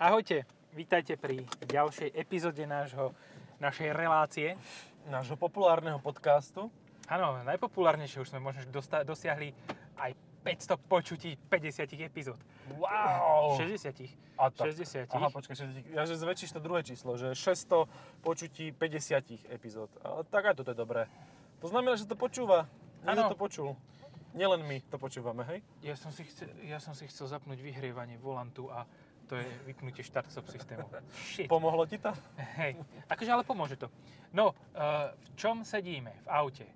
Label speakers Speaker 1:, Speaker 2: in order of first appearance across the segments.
Speaker 1: Ahojte, vítajte pri ďalšej epizóde nášho, našej relácie.
Speaker 2: nášho populárneho podcastu.
Speaker 1: Áno, najpopulárnejšie už sme možno dosta- dosiahli aj 500 počutí 50 epizód.
Speaker 2: Wow!
Speaker 1: 60.
Speaker 2: A tak.
Speaker 1: 60.
Speaker 2: Aha, počkaj, 60. Ja, že zväčšíš to druhé číslo, že 600 počutí 50 epizód. A, tak aj toto je dobré. To znamená, že to počúva.
Speaker 1: Áno.
Speaker 2: Niekto to počul. Nielen my to počúvame, hej?
Speaker 1: ja, som si chcel, ja som si chcel zapnúť vyhrievanie volantu a to je vypnutie štart-stop systému. Shit.
Speaker 2: Pomohlo ti to?
Speaker 1: Hej, akože ale pomôže to. No, eh, v čom sedíme? V aute.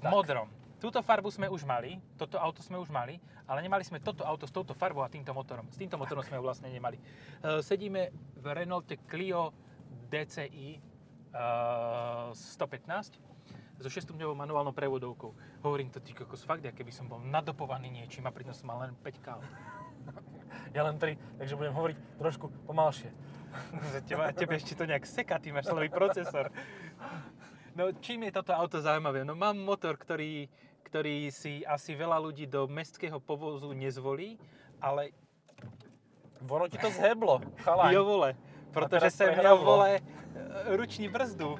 Speaker 1: V
Speaker 2: Tak.
Speaker 1: modrom. Túto farbu sme už mali, toto auto sme už mali, ale nemali sme toto auto s touto farbou a týmto motorom. S týmto motorom sme ho vlastne nemali. Eh, Sedíme v Renaulte Clio DCI eh, 115 so 6-stupňovou manuálnou prevodovkou. Hovorím to ty kokos fakt, ja keby som bol nadopovaný niečím a pritom som mal len 5 kál.
Speaker 2: Ja len 3, takže budem hovoriť trošku pomalšie.
Speaker 1: Za teba, tebe ešte to nejak seká, ty máš nový procesor. No čím je toto auto zaujímavé? No mám motor, ktorý, ktorý si asi veľa ľudí do mestského povozu nezvolí, ale
Speaker 2: Ono ti to zheblo, chalán.
Speaker 1: jo vole, pretože
Speaker 2: teraz
Speaker 1: sem jo
Speaker 2: prehralo.
Speaker 1: vole e, ruční brzdu.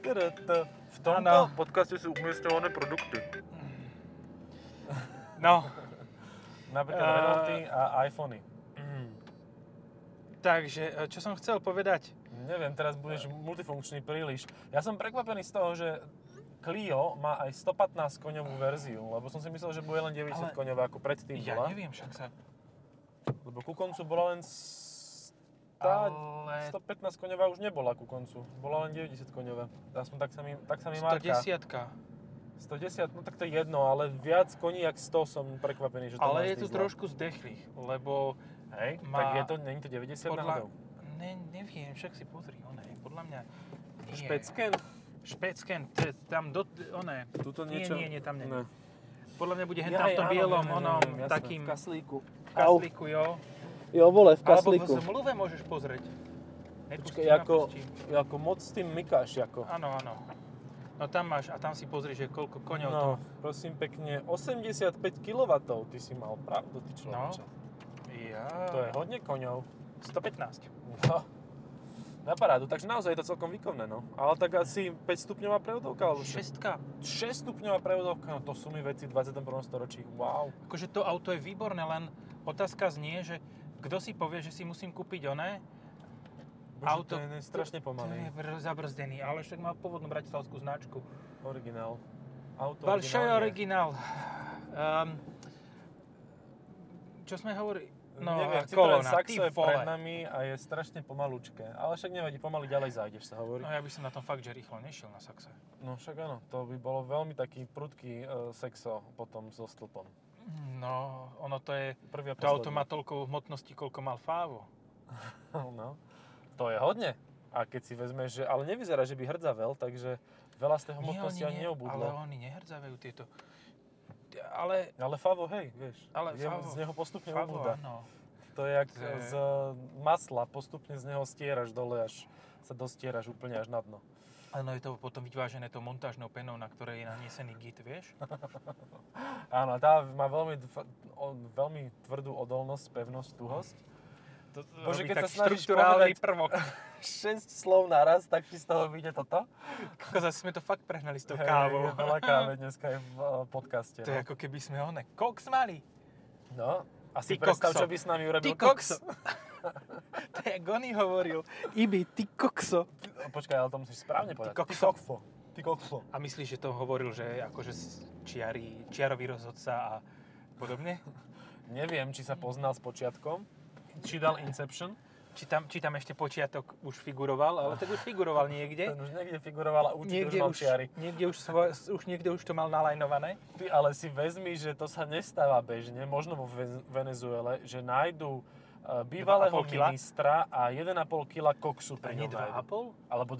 Speaker 2: Tadadá. V tomto
Speaker 1: Áno.
Speaker 2: podcaste sú umiestňované produkty.
Speaker 1: No,
Speaker 2: Napríklad
Speaker 1: Eh.
Speaker 2: Renaulty a iPhony. Mm.
Speaker 1: takže e, čo som chcel povedať?
Speaker 2: Neviem, teraz budeš multifunkčný príliš. Ja som prekvapený z toho, že Clio má aj 115 koňovú verziu, lebo som si myslel, že bude len 90
Speaker 1: Ale-
Speaker 2: koňová, ako predtým
Speaker 1: Ja
Speaker 2: bola.
Speaker 1: neviem, však sa...
Speaker 2: Lebo ku koncu bola len... s- Tá
Speaker 1: Ale
Speaker 2: 115 koňová už nebola ku koncu, bola len 90 koňová. Aspoň tak sa mi, tak sa mi marká.
Speaker 1: 110
Speaker 2: 110, no tak to je jedno, ale viac koní jak 100 som prekvapený, že to
Speaker 1: Ale
Speaker 2: máš
Speaker 1: je tu
Speaker 2: diesla.
Speaker 1: trošku zdechlých, lebo
Speaker 2: Hej,
Speaker 1: má-
Speaker 2: tak je to, není to 90
Speaker 1: podľa-
Speaker 2: náhodou.
Speaker 1: ne, neviem, však si pozri, ona je podľa mňa... nie.
Speaker 2: Špecken?
Speaker 1: Špecken, t- tam do... Oné.
Speaker 2: Tuto
Speaker 1: Nie,
Speaker 2: niečo?
Speaker 1: nie, nie, tam nie.
Speaker 2: Ne.
Speaker 1: Podľa mňa bude hen tam v tom
Speaker 2: Jaj, áno,
Speaker 1: bielom,
Speaker 2: neviem,
Speaker 1: onom,
Speaker 2: neviem, jasné,
Speaker 1: takým
Speaker 2: V kaslíku.
Speaker 3: Au.
Speaker 1: kaslíku, jo.
Speaker 3: Jo vole, v
Speaker 1: Alebo v
Speaker 3: kaslíku.
Speaker 1: zmluve môžeš pozrieť. Nepustí,
Speaker 2: Počkaj, ako,
Speaker 1: napustí.
Speaker 2: ako moc s tým mykáš, ako.
Speaker 1: Áno, áno. No tam máš, a tam si pozri, že koľko koňov to...
Speaker 2: No, prosím pekne, 85 kW, ty si mal pravdu, ty človeče.
Speaker 1: Ja...
Speaker 2: To je hodne koňov.
Speaker 1: 115.
Speaker 2: No, na parádu, takže naozaj je to celkom výkonné, no. Ale tak asi 5 stupňová prevodovka, alebo 6,
Speaker 1: Šestka.
Speaker 2: 6 stupňová prevodovka, no to sú mi veci v 21. storočí, wow.
Speaker 1: Akože to auto je výborné, len otázka znie, že kto si povie, že si musím kúpiť oné,
Speaker 2: Bože,
Speaker 1: Auto-
Speaker 2: to je strašne
Speaker 1: ten je
Speaker 2: pomalý,
Speaker 1: br- zabrzdený, ale však má pôvodnú bratislavskú značku.
Speaker 2: originál. Auto
Speaker 1: Большой
Speaker 2: originálne.
Speaker 1: originál. Um, čo sme hovorili? No, a
Speaker 2: Neviem, Citroen
Speaker 1: kolona, ty
Speaker 2: Saxo je pred
Speaker 1: vole.
Speaker 2: nami a je strašne pomalučké. Ale však nevadí, pomaly ďalej zájdeš, sa
Speaker 1: No
Speaker 2: hovorí.
Speaker 1: ja by som na tom fakt, že rýchlo nešiel na saxe.
Speaker 2: No však áno, to by bolo veľmi taký prudký e, sexo potom so stĺpom.
Speaker 1: No, ono to je...
Speaker 2: Prvý a
Speaker 1: To auto má
Speaker 2: posledný.
Speaker 1: toľko hmotnosti, koľko mal Fávo.
Speaker 2: No, to je hodne. A keď si vezmeš, že... Ale nevyzerá, že by hrdzavel, takže veľa z tej hmotnosti
Speaker 1: oni
Speaker 2: ani
Speaker 1: ne- ale
Speaker 2: neobudlo.
Speaker 1: oni nehrdzavajú tieto... Ale...
Speaker 2: Ale Favo, hej, vieš,
Speaker 1: Ale
Speaker 2: je,
Speaker 1: Favo-
Speaker 2: z neho postupne
Speaker 1: Fávo,
Speaker 2: obúda.
Speaker 1: áno.
Speaker 2: To je jak
Speaker 1: To je-
Speaker 2: z masla, postupne z neho stieraš dole, až sa dostieraš úplne až na dno.
Speaker 1: Áno, no je to potom vyvážené tou montážnou penou, na ktorej je naniesený git, vieš?
Speaker 2: Áno, tá má veľmi, dv- o- veľmi tvrdú odolnosť, pevnosť, tuhosť.
Speaker 1: To, to
Speaker 2: Bože,
Speaker 1: robí
Speaker 2: keď
Speaker 1: tak
Speaker 2: sa snažíš
Speaker 1: štruktúrálny
Speaker 2: povedať-
Speaker 1: prvok.
Speaker 2: 6 slov naraz, tak ti z toho vyjde toto.
Speaker 1: Ako zase sme to fakt prehnali s tou
Speaker 2: Hej,
Speaker 1: kávou.
Speaker 2: je Veľa káve dneska je v e, podcaste.
Speaker 1: To je
Speaker 2: No.
Speaker 1: ako keby sme one koks mali.
Speaker 2: no. A si
Speaker 1: Ty
Speaker 2: predstav,
Speaker 1: kokso.
Speaker 2: čo by s nami urobil
Speaker 1: Ty kokso. to je ako Gony hovoril. Ibi, ty kokso.
Speaker 2: Kokso. No, Počkaj, ale to musíš správne povedať.
Speaker 1: kokso.
Speaker 2: kokfo. Ty kokfo.
Speaker 1: A myslíš, že to hovoril, že akože s- čiari, čiarový rozhodca a podobne?
Speaker 2: Neviem, či sa poznal s počiatkom, či dal Inception.
Speaker 1: Či tam, či tam ešte počiatok už figuroval, ale tak už figuroval niekde.
Speaker 2: Ten už niekde figuroval a určite už mal čiary.
Speaker 1: niekde už, svoj, už niekde už to mal nalajnované.
Speaker 2: Ty ale si vezmi, že to sa nestáva bežne, možno vo Vez- Venezuele, že nájdú e, bývalého
Speaker 1: 2,5 kila?
Speaker 2: ministra a 1,5 kg
Speaker 1: A
Speaker 2: koksu pri
Speaker 1: nie
Speaker 2: ňom
Speaker 1: dva
Speaker 2: nájdu.
Speaker 1: a pol?
Speaker 2: alebo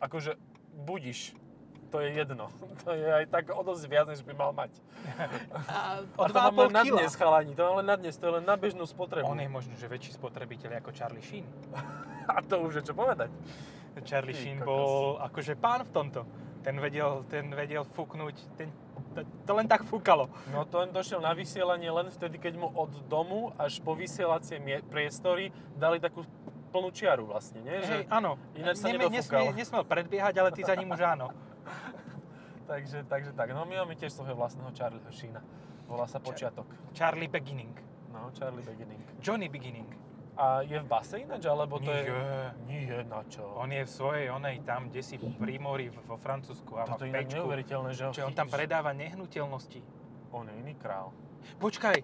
Speaker 2: 2,5. Akože budiš, to je jedno. To je aj tak o dosť viac, než by mal mať.
Speaker 1: A,
Speaker 2: A to mám len na dnes, chalani, to mám len na dnes, to je len na bežnú spotrebu.
Speaker 1: On je možno, že väčší spotrebiteľ ako Charlie Sheen.
Speaker 2: A to už je čo povedať.
Speaker 1: Charlie
Speaker 2: Ty
Speaker 1: Sheen
Speaker 2: kokos.
Speaker 1: bol akože pán v tomto. Ten vedel, ten vedel fúknuť, ten to, to len tak fúkalo.
Speaker 2: No to on došiel na vysielanie len vtedy, keď mu od domu až po vysielacie mie- priestory dali takú plnú čiaru vlastne, nie?
Speaker 1: Hej,
Speaker 2: Že,
Speaker 1: áno.
Speaker 2: ináč sa
Speaker 1: Neme-
Speaker 2: nedofúkal.
Speaker 1: nesmie- nesmel predbiehať, ale ty za ním už áno.
Speaker 2: takže, takže tak, no my máme tiež svojho vlastného Charlieho Sheena. Volá sa Počiatok.
Speaker 1: Charlie Beginning.
Speaker 2: No, Charlie Beginning.
Speaker 1: Johnny Beginning.
Speaker 2: A je v base ináč, alebo to je...
Speaker 1: Nie.
Speaker 2: Nie, na čo?
Speaker 1: On je v svojej onej tam, kde si pri mori v- vo Francúzsku a má
Speaker 2: Toto je inak
Speaker 1: pečku.
Speaker 2: neuveriteľné, že ho
Speaker 1: Čo on tam
Speaker 2: chytíš.
Speaker 1: predáva nehnuteľnosti.
Speaker 2: On je iný král.
Speaker 1: Počkaj,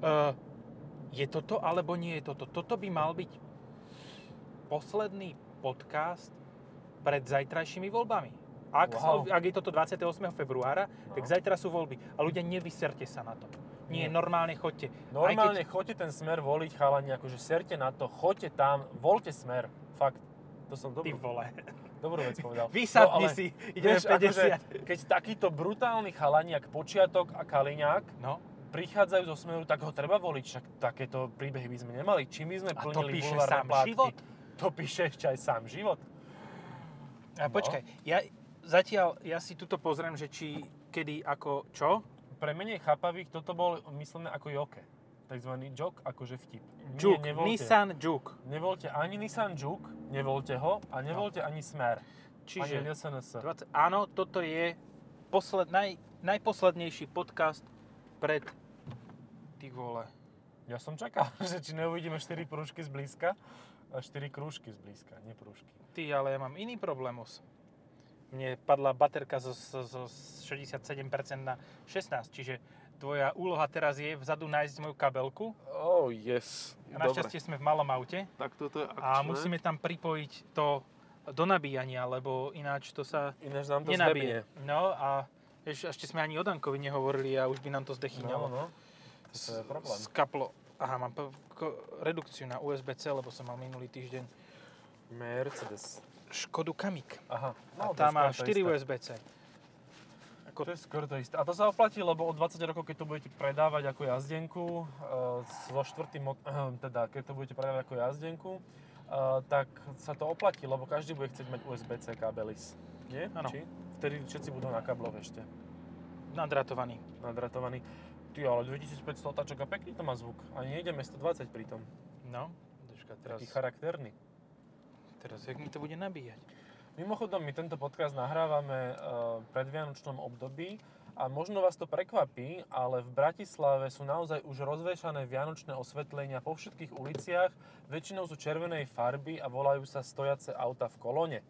Speaker 1: uh, je toto alebo nie je toto? Toto by mal byť posledný podcast pred zajtrajšími voľbami. Ak, wow.
Speaker 2: Wow.
Speaker 1: ak je toto 28. februára, no.
Speaker 2: No.
Speaker 1: tak zajtra sú voľby. A ľudia, nevyserte sa na to. Nie,
Speaker 2: Nie.
Speaker 1: normálne chodte.
Speaker 2: Normálne choďte ten smer voliť, chalani, akože serte na to, choďte tam, voľte smer. Fakt, to som
Speaker 1: Ty
Speaker 2: dobrú,
Speaker 1: vole.
Speaker 2: dobrú vec povedal. No,
Speaker 1: Vysadni
Speaker 2: ale
Speaker 1: si, ideme 50.
Speaker 2: vieš, akože, keď takýto brutálny chalaniak Počiatok a Kaliňák
Speaker 1: No,
Speaker 2: prichádzajú zo smeru, tak ho treba voliť. Však takéto príbehy by sme nemali. Čím by sme
Speaker 1: A to
Speaker 2: plnili
Speaker 1: píše
Speaker 2: bulvárne
Speaker 1: sám
Speaker 2: plátky?
Speaker 1: život?
Speaker 2: To píše ešte aj sám život.
Speaker 1: a
Speaker 2: No.
Speaker 1: počkaj, ja zatiaľ, ja si tuto pozriem, že či, kedy, ako, čo?
Speaker 2: Pre menej chápavých toto bol myslené ako joke. Takzvaný joke, akože vtip.
Speaker 1: Juke,
Speaker 2: nevoľte.
Speaker 1: Nissan Juke.
Speaker 2: Nevoľte ani Nissan Juke, nevoľte ho a nevoľte ani Smer. Čiže... Ani
Speaker 1: No. Čiže...
Speaker 2: SNS.
Speaker 1: 20, áno, toto je posled, naj, najposlednejší podcast pred... Ty vole.
Speaker 2: Ja som čakal, že či neuvidíme 4 prúžky zblízka. A 4 krúžky zblízka, nie prúžky.
Speaker 1: Ty, ale ja mám iný problémus. Mne padla baterka zo, zo, zo 67% na 16, čiže tvoja úloha teraz je vzadu nájsť moju kabelku.
Speaker 3: Oh, yes.
Speaker 1: A našťastie sme v malom aute
Speaker 3: Tak toto je akčné.
Speaker 1: a musíme tam pripojiť to do nabíjania, lebo ináč to sa
Speaker 2: Ináč nám to
Speaker 1: nenabíje.
Speaker 2: zhebne.
Speaker 1: No a vieš, ešte sme ani o Dankovi nehovorili a už by nám to zdechyňalo.
Speaker 2: No, no. To je problém.
Speaker 1: skaplo. Aha, mám p- ko- redukciu na USB-C, lebo som mal minulý týždeň
Speaker 2: Mercedes.
Speaker 1: Škodu Kamik.
Speaker 2: Aha.
Speaker 1: A
Speaker 2: to
Speaker 1: tá
Speaker 2: No, je
Speaker 1: má
Speaker 2: skoro to
Speaker 1: 4
Speaker 2: isté.
Speaker 1: USB-C.
Speaker 2: To je skoro to isté. A to sa oplatí, lebo od 20 rokov, keď to budete predávať ako jazdenku, e, so štvrtým, mot- teda keď to budete predávať ako jazdenku, e, tak sa to oplatí, lebo každý bude chcieť mať USB-C kabelis. Nie?
Speaker 1: Áno.
Speaker 2: Či? Vtedy všetci budú na kabloch ešte
Speaker 1: Nadratovaný.
Speaker 2: nadratovaní. Ty, ale 2500 otáčok a pekný to má zvuk. A nejdeme 120 pritom.
Speaker 1: No, Počka, teraz,
Speaker 2: Taký charakterný.
Speaker 1: teraz jak mi to bude nabíjať?
Speaker 2: Mimochodom, my tento podcast nahrávame eh, v predvianočnom období a možno vás to prekvapí, ale v Bratislave sú naozaj už rozvešané vianočné osvetlenia po všetkých uliciach. Väčšinou sú červenej farby a volajú sa stojace auta v kolone.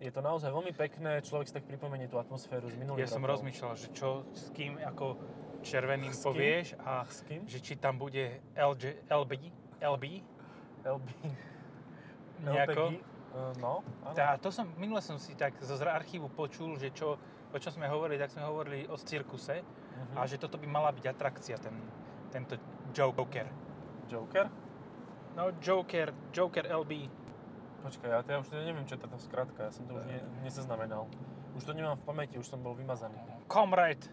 Speaker 2: Je to naozaj veľmi pekné, človek si tak pripomenie tú atmosféru z minulých
Speaker 1: Ja som
Speaker 2: rokov.
Speaker 1: rozmýšľal, že čo s kým ako červeným
Speaker 2: S kým?
Speaker 1: povieš a
Speaker 2: S kým?
Speaker 1: že či tam bude LG, LB, LB
Speaker 2: LB.
Speaker 1: nejako.
Speaker 2: LPG? Eh, No, áno.
Speaker 1: Tá, to som, minule som si tak zo z archívu počul, že čo, o čom sme hovorili, tak sme hovorili o cirkuse
Speaker 2: Mhm.
Speaker 1: a že toto by mala byť atrakcia, ten, tento Joker.
Speaker 2: Joker?
Speaker 1: No, Joker, Joker LB.
Speaker 2: Počkaj, ja, to ja už teda neviem, čo je táto skratka, ja som to už ne, nezaznamenal. Už to nemám v pamäti, už som bol vymazaný.
Speaker 1: Comrade.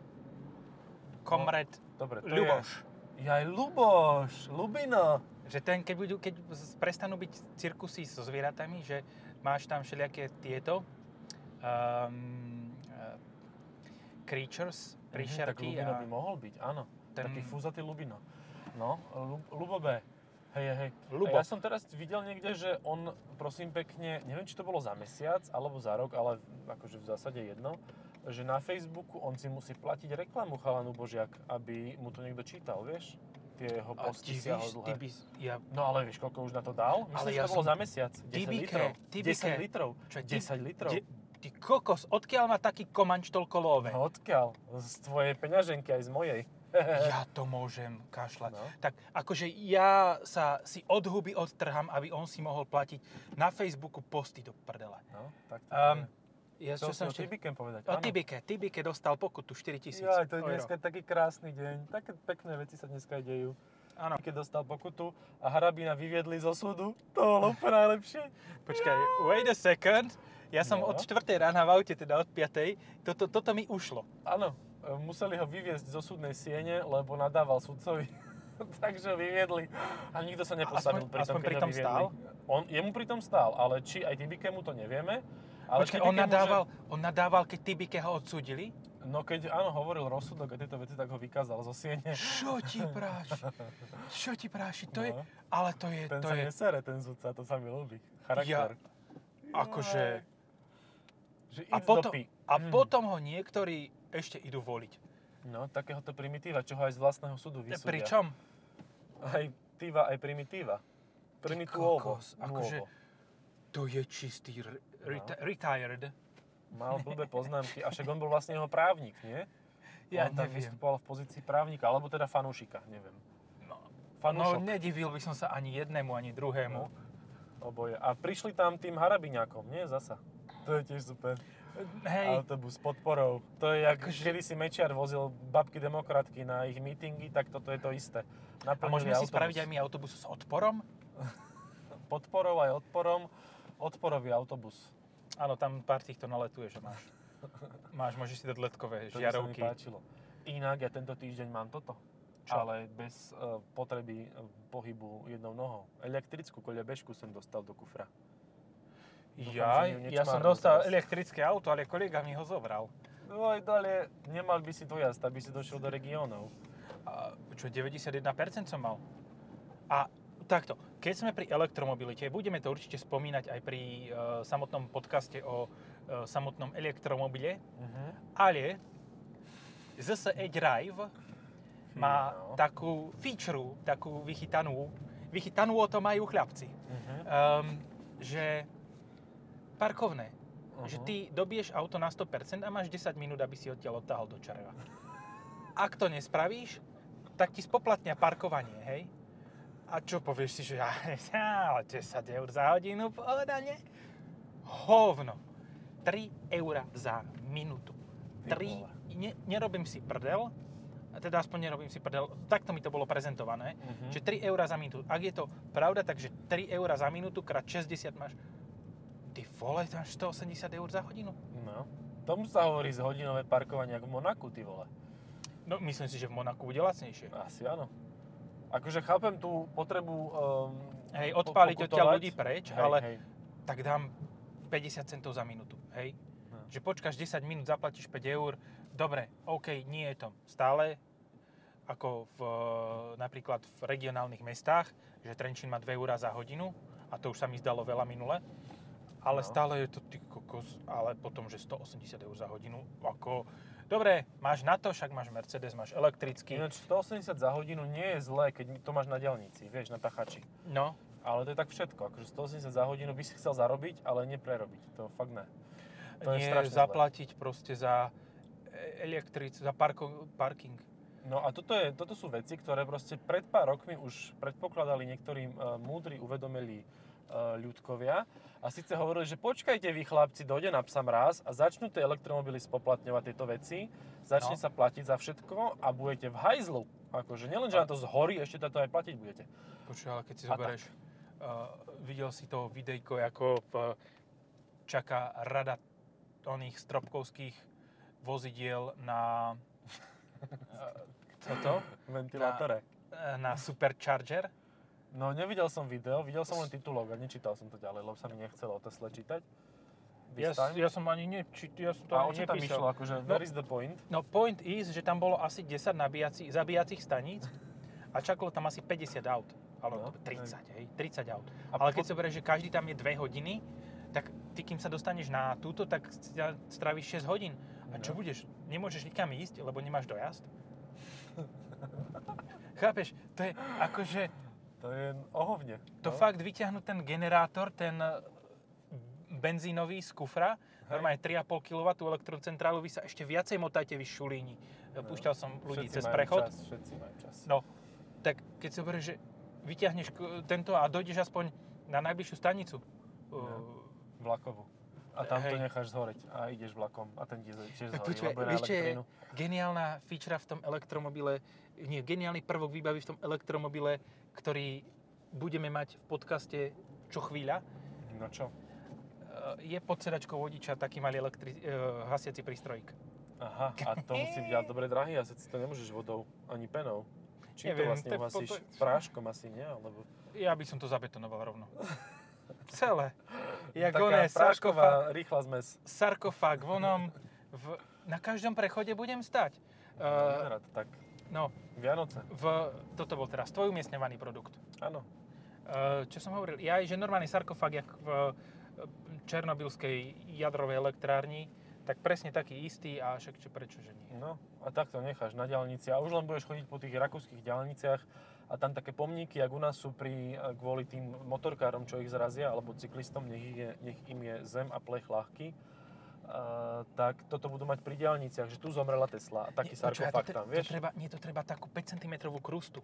Speaker 1: Comrade
Speaker 2: Dobre, to
Speaker 1: Ľuboš.
Speaker 2: je... Jaj, Luboš, Lubino. Mhm,
Speaker 1: Že ten, keď, budú, keď z- prestanú byť cirkusy so zvieratami, že máš tam všelijaké tieto um, uh, creatures,
Speaker 2: Mhm, tak
Speaker 1: príšerky
Speaker 2: Lubino
Speaker 1: a
Speaker 2: by mohol byť, áno.
Speaker 1: ten-
Speaker 2: Taký fúzatý Lubino. No, Lu, Lubo B. Hej, hej, hej.
Speaker 1: Lubo.
Speaker 2: A ja som teraz videl niekde, že on, prosím pekne, neviem, či to bolo za mesiac, alebo za rok, ale akože v zásade jedno, že na Facebooku on si musí platiť reklamu chalanu Božiak, aby mu to niekto čítal, vieš? Tie jeho
Speaker 1: a
Speaker 2: posty
Speaker 1: ty víš, ty
Speaker 2: siahodlhé.
Speaker 1: by, ja,
Speaker 2: No ale vieš, koľko už na to dal?
Speaker 1: Ale
Speaker 2: Myslím,
Speaker 1: ja
Speaker 2: že to bolo
Speaker 1: som-
Speaker 2: za mesiac. 10
Speaker 1: Tibike,
Speaker 2: litrov.
Speaker 1: Tibike.
Speaker 2: 10 litrov.
Speaker 1: Čo, ti-
Speaker 2: 10 litrov.
Speaker 1: de, ty kokos, odkiaľ má taký komanč toľko love?
Speaker 2: No odkiaľ? Z tvojej peňaženky aj z mojej.
Speaker 1: Ja to môžem kašľať.
Speaker 2: No.
Speaker 1: Tak akože ja sa si od huby odtrham, aby on si mohol platiť na Facebooku posty do prdele.
Speaker 2: No, tak to
Speaker 1: Um,
Speaker 2: je.
Speaker 1: ja, čo
Speaker 2: Chcel som
Speaker 1: som
Speaker 2: o
Speaker 1: ešte...
Speaker 2: Tibikem povedať.
Speaker 1: O
Speaker 2: áno.
Speaker 1: Tibike. Tibike dostal pokutu 4000
Speaker 2: Jaj, to je
Speaker 1: euro.
Speaker 2: dneska taký krásny deň. Také pekné veci sa dneska dejú.
Speaker 1: Áno,
Speaker 2: Keď dostal pokutu a Harabina vyviedli zo súdu, to bolo úplne najlepšie.
Speaker 1: počkaj, wait a second. Ja som
Speaker 2: No.
Speaker 1: od 4. rána v aute, teda od 5. Toto, toto mi ušlo.
Speaker 2: Áno, e, museli ho vyviezť zo súdnej siene, lebo nadával sudcovi. Takže ho vyviedli. A nikto sa neposadil
Speaker 1: aspoň-
Speaker 2: pri tom,
Speaker 1: aspoň
Speaker 2: keď
Speaker 1: pri
Speaker 2: ho
Speaker 1: tom
Speaker 2: vyviedli.
Speaker 1: stál?
Speaker 2: On, jemu pri tom stál, ale či aj Tibike mu to nevieme. Ale
Speaker 1: Počkaj, on
Speaker 2: Tibike mu, že-
Speaker 1: nadával, on nadával, keď Tibike ho odsudili?
Speaker 2: No keď áno, hovoril rozsudok a tieto veci, tak ho vykázal zo siene.
Speaker 1: Čo ti práši? Čo ti práši? To je,
Speaker 2: No.
Speaker 1: ale to je,
Speaker 2: Ten
Speaker 1: to
Speaker 2: sa
Speaker 1: je,
Speaker 2: nesere, ten sudca, to sa mi ľúbi. Charakter. Ja.
Speaker 1: akože...
Speaker 2: Že
Speaker 1: A
Speaker 2: ísť
Speaker 1: potom,
Speaker 2: do pi.
Speaker 1: a potom ho niektorí ešte idú voliť.
Speaker 2: No, takéhoto primitíva, čo ho aj z vlastného súdu vysúdia.
Speaker 1: Pričom?
Speaker 2: Aj tíva, aj primitíva. Primituovo.
Speaker 1: kokos, akože-
Speaker 2: nuovo.
Speaker 1: To je čistý re- reti-
Speaker 2: No.
Speaker 1: retired.
Speaker 2: Mal blbé poznámky, a však on bol vlastne jeho právnik, nie?
Speaker 1: Ja
Speaker 2: on tam
Speaker 1: neviem.
Speaker 2: vystupoval v pozícii právnika, alebo teda fanúšika, neviem.
Speaker 1: No, no,
Speaker 2: Fanúšok
Speaker 1: nedivil by som sa ani jednému, ani druhému.
Speaker 2: No. oboje. A prišli tam tým harabiňákom, nie? Zasa. To je tiež super.
Speaker 1: Hej,
Speaker 2: Autobus s podporou. To je, jak
Speaker 1: Akože-
Speaker 2: kedy si Mečiar vozil babky demokratky na ich mítingy, tak toto je to isté.
Speaker 1: a
Speaker 2: Naplnili
Speaker 1: môžeme si
Speaker 2: autobus.
Speaker 1: spraviť aj my autobus s odporom?
Speaker 2: Podporou aj odporom. Odporový autobus.
Speaker 1: Áno, tam pár týchto naletuje, že máš. Máš, môžeš si dať letkové
Speaker 2: To by sa mi
Speaker 1: žiarovky.
Speaker 2: páčilo. Inak ja tento týždeň mám toto.
Speaker 1: Čo?
Speaker 2: Ale bez eh, potreby eh, pohybu jednou nohou. Elektrickú koľabežku som dostal do kufra.
Speaker 1: Ja,
Speaker 2: Dúfam, že ju
Speaker 1: ja som
Speaker 2: nečmárnu
Speaker 1: dostal
Speaker 2: teraz.
Speaker 1: elektrické auto, ale kolega mi ho zobral.
Speaker 2: No aj dole, nemal by si dojazd, aby si došiel do regiónov.
Speaker 1: A čo, 91% som mal. A takto, keď sme pri elektromobilite, budeme to určite spomínať aj pri e, samotnom podcaste o e, samotnom elektromobile,
Speaker 2: Uh-huh.
Speaker 1: ale ZSE E Drive má
Speaker 2: No.
Speaker 1: takú feature, takú vychytanú, vychytanú o to majú chlapci,
Speaker 2: Uh-huh.
Speaker 1: um, že parkovné,
Speaker 2: Mhm.
Speaker 1: že ty dobiješ auto na 100% a máš 10 minút, aby si odtiaľ odtáhol do čereva. Ak to nespravíš, tak ti spoplatnia parkovanie, hej? A čo povieš si, že ja, ale 10 eur za hodinu, pohoda, ne? Hovno. 3 eur za minútu.
Speaker 2: Ty
Speaker 1: 3, ne, nerobím si prdel, a teda aspoň nerobím si prdel, takto mi to bolo prezentované,
Speaker 2: Mhm.
Speaker 1: že 3 eur za minútu. Ak je to pravda, takže 3 eur za minútu krát 60 máš, ty vole, to máš 180 eur za hodinu.
Speaker 2: No. Tomu sa hovorí z hodinové parkovanie ako v Monaku, ty vole.
Speaker 1: No myslím si, že v Monaku bude lacnejšie.
Speaker 2: Asi áno. Akože chápem tú potrebu... Um,
Speaker 1: Hej, odpáliť odtiaľ ľudí preč,
Speaker 2: hej,
Speaker 1: ale
Speaker 2: Hej.
Speaker 1: tak dám 50 centov za minútu, hej?
Speaker 2: No.
Speaker 1: Že počkáš 10 minút, zaplatíš 5 eur, dobre, OK, nie je to stále, ako v, e, napríklad v regionálnych mestách, že Trenčín má 2 eur za hodinu, a to už sa mi zdalo veľa minule, ale
Speaker 2: No.
Speaker 1: stále je to ty kokos, ale potom, že 180 eur za hodinu, ako... Dobre, máš na to, však máš Mercedes, máš elektrický,
Speaker 2: Ináč 180 za hodinu nie je zlé, keď to máš na diaľnici, vieš, na tachači.
Speaker 1: no,
Speaker 2: Ale to je tak všetko. Akože 180 za hodinu by si chcel zarobiť, ale neprerobiť. To fakt ne. To
Speaker 1: no,
Speaker 2: je
Speaker 1: nie
Speaker 2: strašne zlé.
Speaker 1: zaplatiť proste za e, elektric, za parko, parking.
Speaker 2: No a toto, je, toto sú veci, ktoré proste pred pár rokmi už predpokladali niektorí uh, múdri, uvedomelí uh, ľudkovia. A síce hovorili, že počkajte vy chlapci, dojde na psa mraz a začnú tie elektromobily spoplatňovať tieto veci, začne
Speaker 1: No.
Speaker 2: sa platiť za všetko a budete v hajzlu. Akože nielen, že na to zhorí, ešte toto aj platiť budete.
Speaker 1: Počuj, ale keď si
Speaker 2: A
Speaker 1: zoberieš, uh, videl si to videjko, ako v, čaká rada oných stropkovských vozidiel na eh, toto,
Speaker 2: Ventilátore.
Speaker 1: eh, na supercharger.
Speaker 2: No nevidel som video, videl som len titulok a nečítal som to ďalej, lebo sa mi nechcelo o Tesle čítať.
Speaker 1: Ja, s-
Speaker 2: This time.
Speaker 1: ja som ani neči, ja som to
Speaker 2: a o
Speaker 1: ani
Speaker 2: čo tam
Speaker 1: nepísal.
Speaker 2: išlo? Akože,
Speaker 1: No.
Speaker 2: where is the point?
Speaker 1: No point is, že tam bolo asi 10 nabíjací, zabíjacích staníc a čakalo tam asi 50 aut. Alebo
Speaker 2: No,
Speaker 1: 30, hej, 30 aut.
Speaker 2: A
Speaker 1: Ale
Speaker 2: po-
Speaker 1: keď sa berie, že každý tam je 2 hodiny, tak ty, kým sa dostaneš na túto, tak stra- stráviš 6 hodín. A čo
Speaker 2: No.
Speaker 1: budeš? Nemôžeš nikam ísť, lebo nemáš dojazd? Chápeš? To je akože,
Speaker 2: To je ohovne.
Speaker 1: to
Speaker 2: no.
Speaker 1: fakt vyťahnu ten generátor, ten eh, benzínový z kufra, normálne 3,5 kW elektrocentrálu, vy sa ešte viacej motajte, vy šulíni. Eh, Púšťal som ľudí
Speaker 2: No. Všetci
Speaker 1: cez
Speaker 2: majú
Speaker 1: prechod.
Speaker 2: Čas, všetci majú čas.
Speaker 1: No, tak keď sa berieš, že vyťahneš k- tento a dojdeš aspoň na najbližšiu stanicu. eh,
Speaker 2: No. Vlakovú. A tam to
Speaker 1: Hej.
Speaker 2: necháš zhoreť a ideš vlakom a ten ti z- tiež
Speaker 1: Uh,
Speaker 2: zhorí,
Speaker 1: Počúvaj,
Speaker 2: lebo je na
Speaker 1: vieš, čo je
Speaker 2: elektrínu.
Speaker 1: geniálna feature v tom elektromobile, nie, geniálny prvok výbavy v tom elektromobile, ktorý budeme mať v podcaste čo chvíľa,
Speaker 2: No čo?
Speaker 1: Eh, je pod sedačkou vodiča taký malý elektri- eh, hasiaci prístrojik.
Speaker 2: Aha, a to musí byť ale dobre drahý a si to nemôžeš vodou ani penou. Či to
Speaker 1: Neviem,
Speaker 2: vlastne
Speaker 1: to je
Speaker 2: uhasíš?
Speaker 1: potom-
Speaker 2: Práškom asi nie, alebo...
Speaker 1: Ja by som to zabetonoval rovno. Celé. Jak
Speaker 2: Taká
Speaker 1: oné, sarkofág,
Speaker 2: prášková rýchla zmes.
Speaker 1: sarkofág vonom, v, na každom prechode budem stať. Uh,
Speaker 2: Vyzerá to tak.
Speaker 1: no,
Speaker 2: Vianoce.
Speaker 1: v, toto bol teraz tvoj umiestňovaný produkt.
Speaker 2: Áno.
Speaker 1: Eh, čo som hovoril, ja, že normálny sarkofág, jak v eh, černobylskej jadrovej elektrárni, tak presne taký istý a však čo, prečo, že nie.
Speaker 2: No a tak to necháš na diálnici a už len budeš chodiť po tých rakúskych diálniciach a tam také pomníky, ak u nás sú pri, eh, kvôli tým motorkárom, čo ich zrazia, alebo cyklistom, nech, ich je, nech im je zem a plech ľahký, a, tak toto budú mať pri diálniciach, že tu zomrela Tesla a
Speaker 1: Nie,
Speaker 2: taký
Speaker 1: počúvaj,
Speaker 2: sarkofág
Speaker 1: to, tre-
Speaker 2: tam, vieš?
Speaker 1: To treba, nie, to treba takú 5 cm krustu.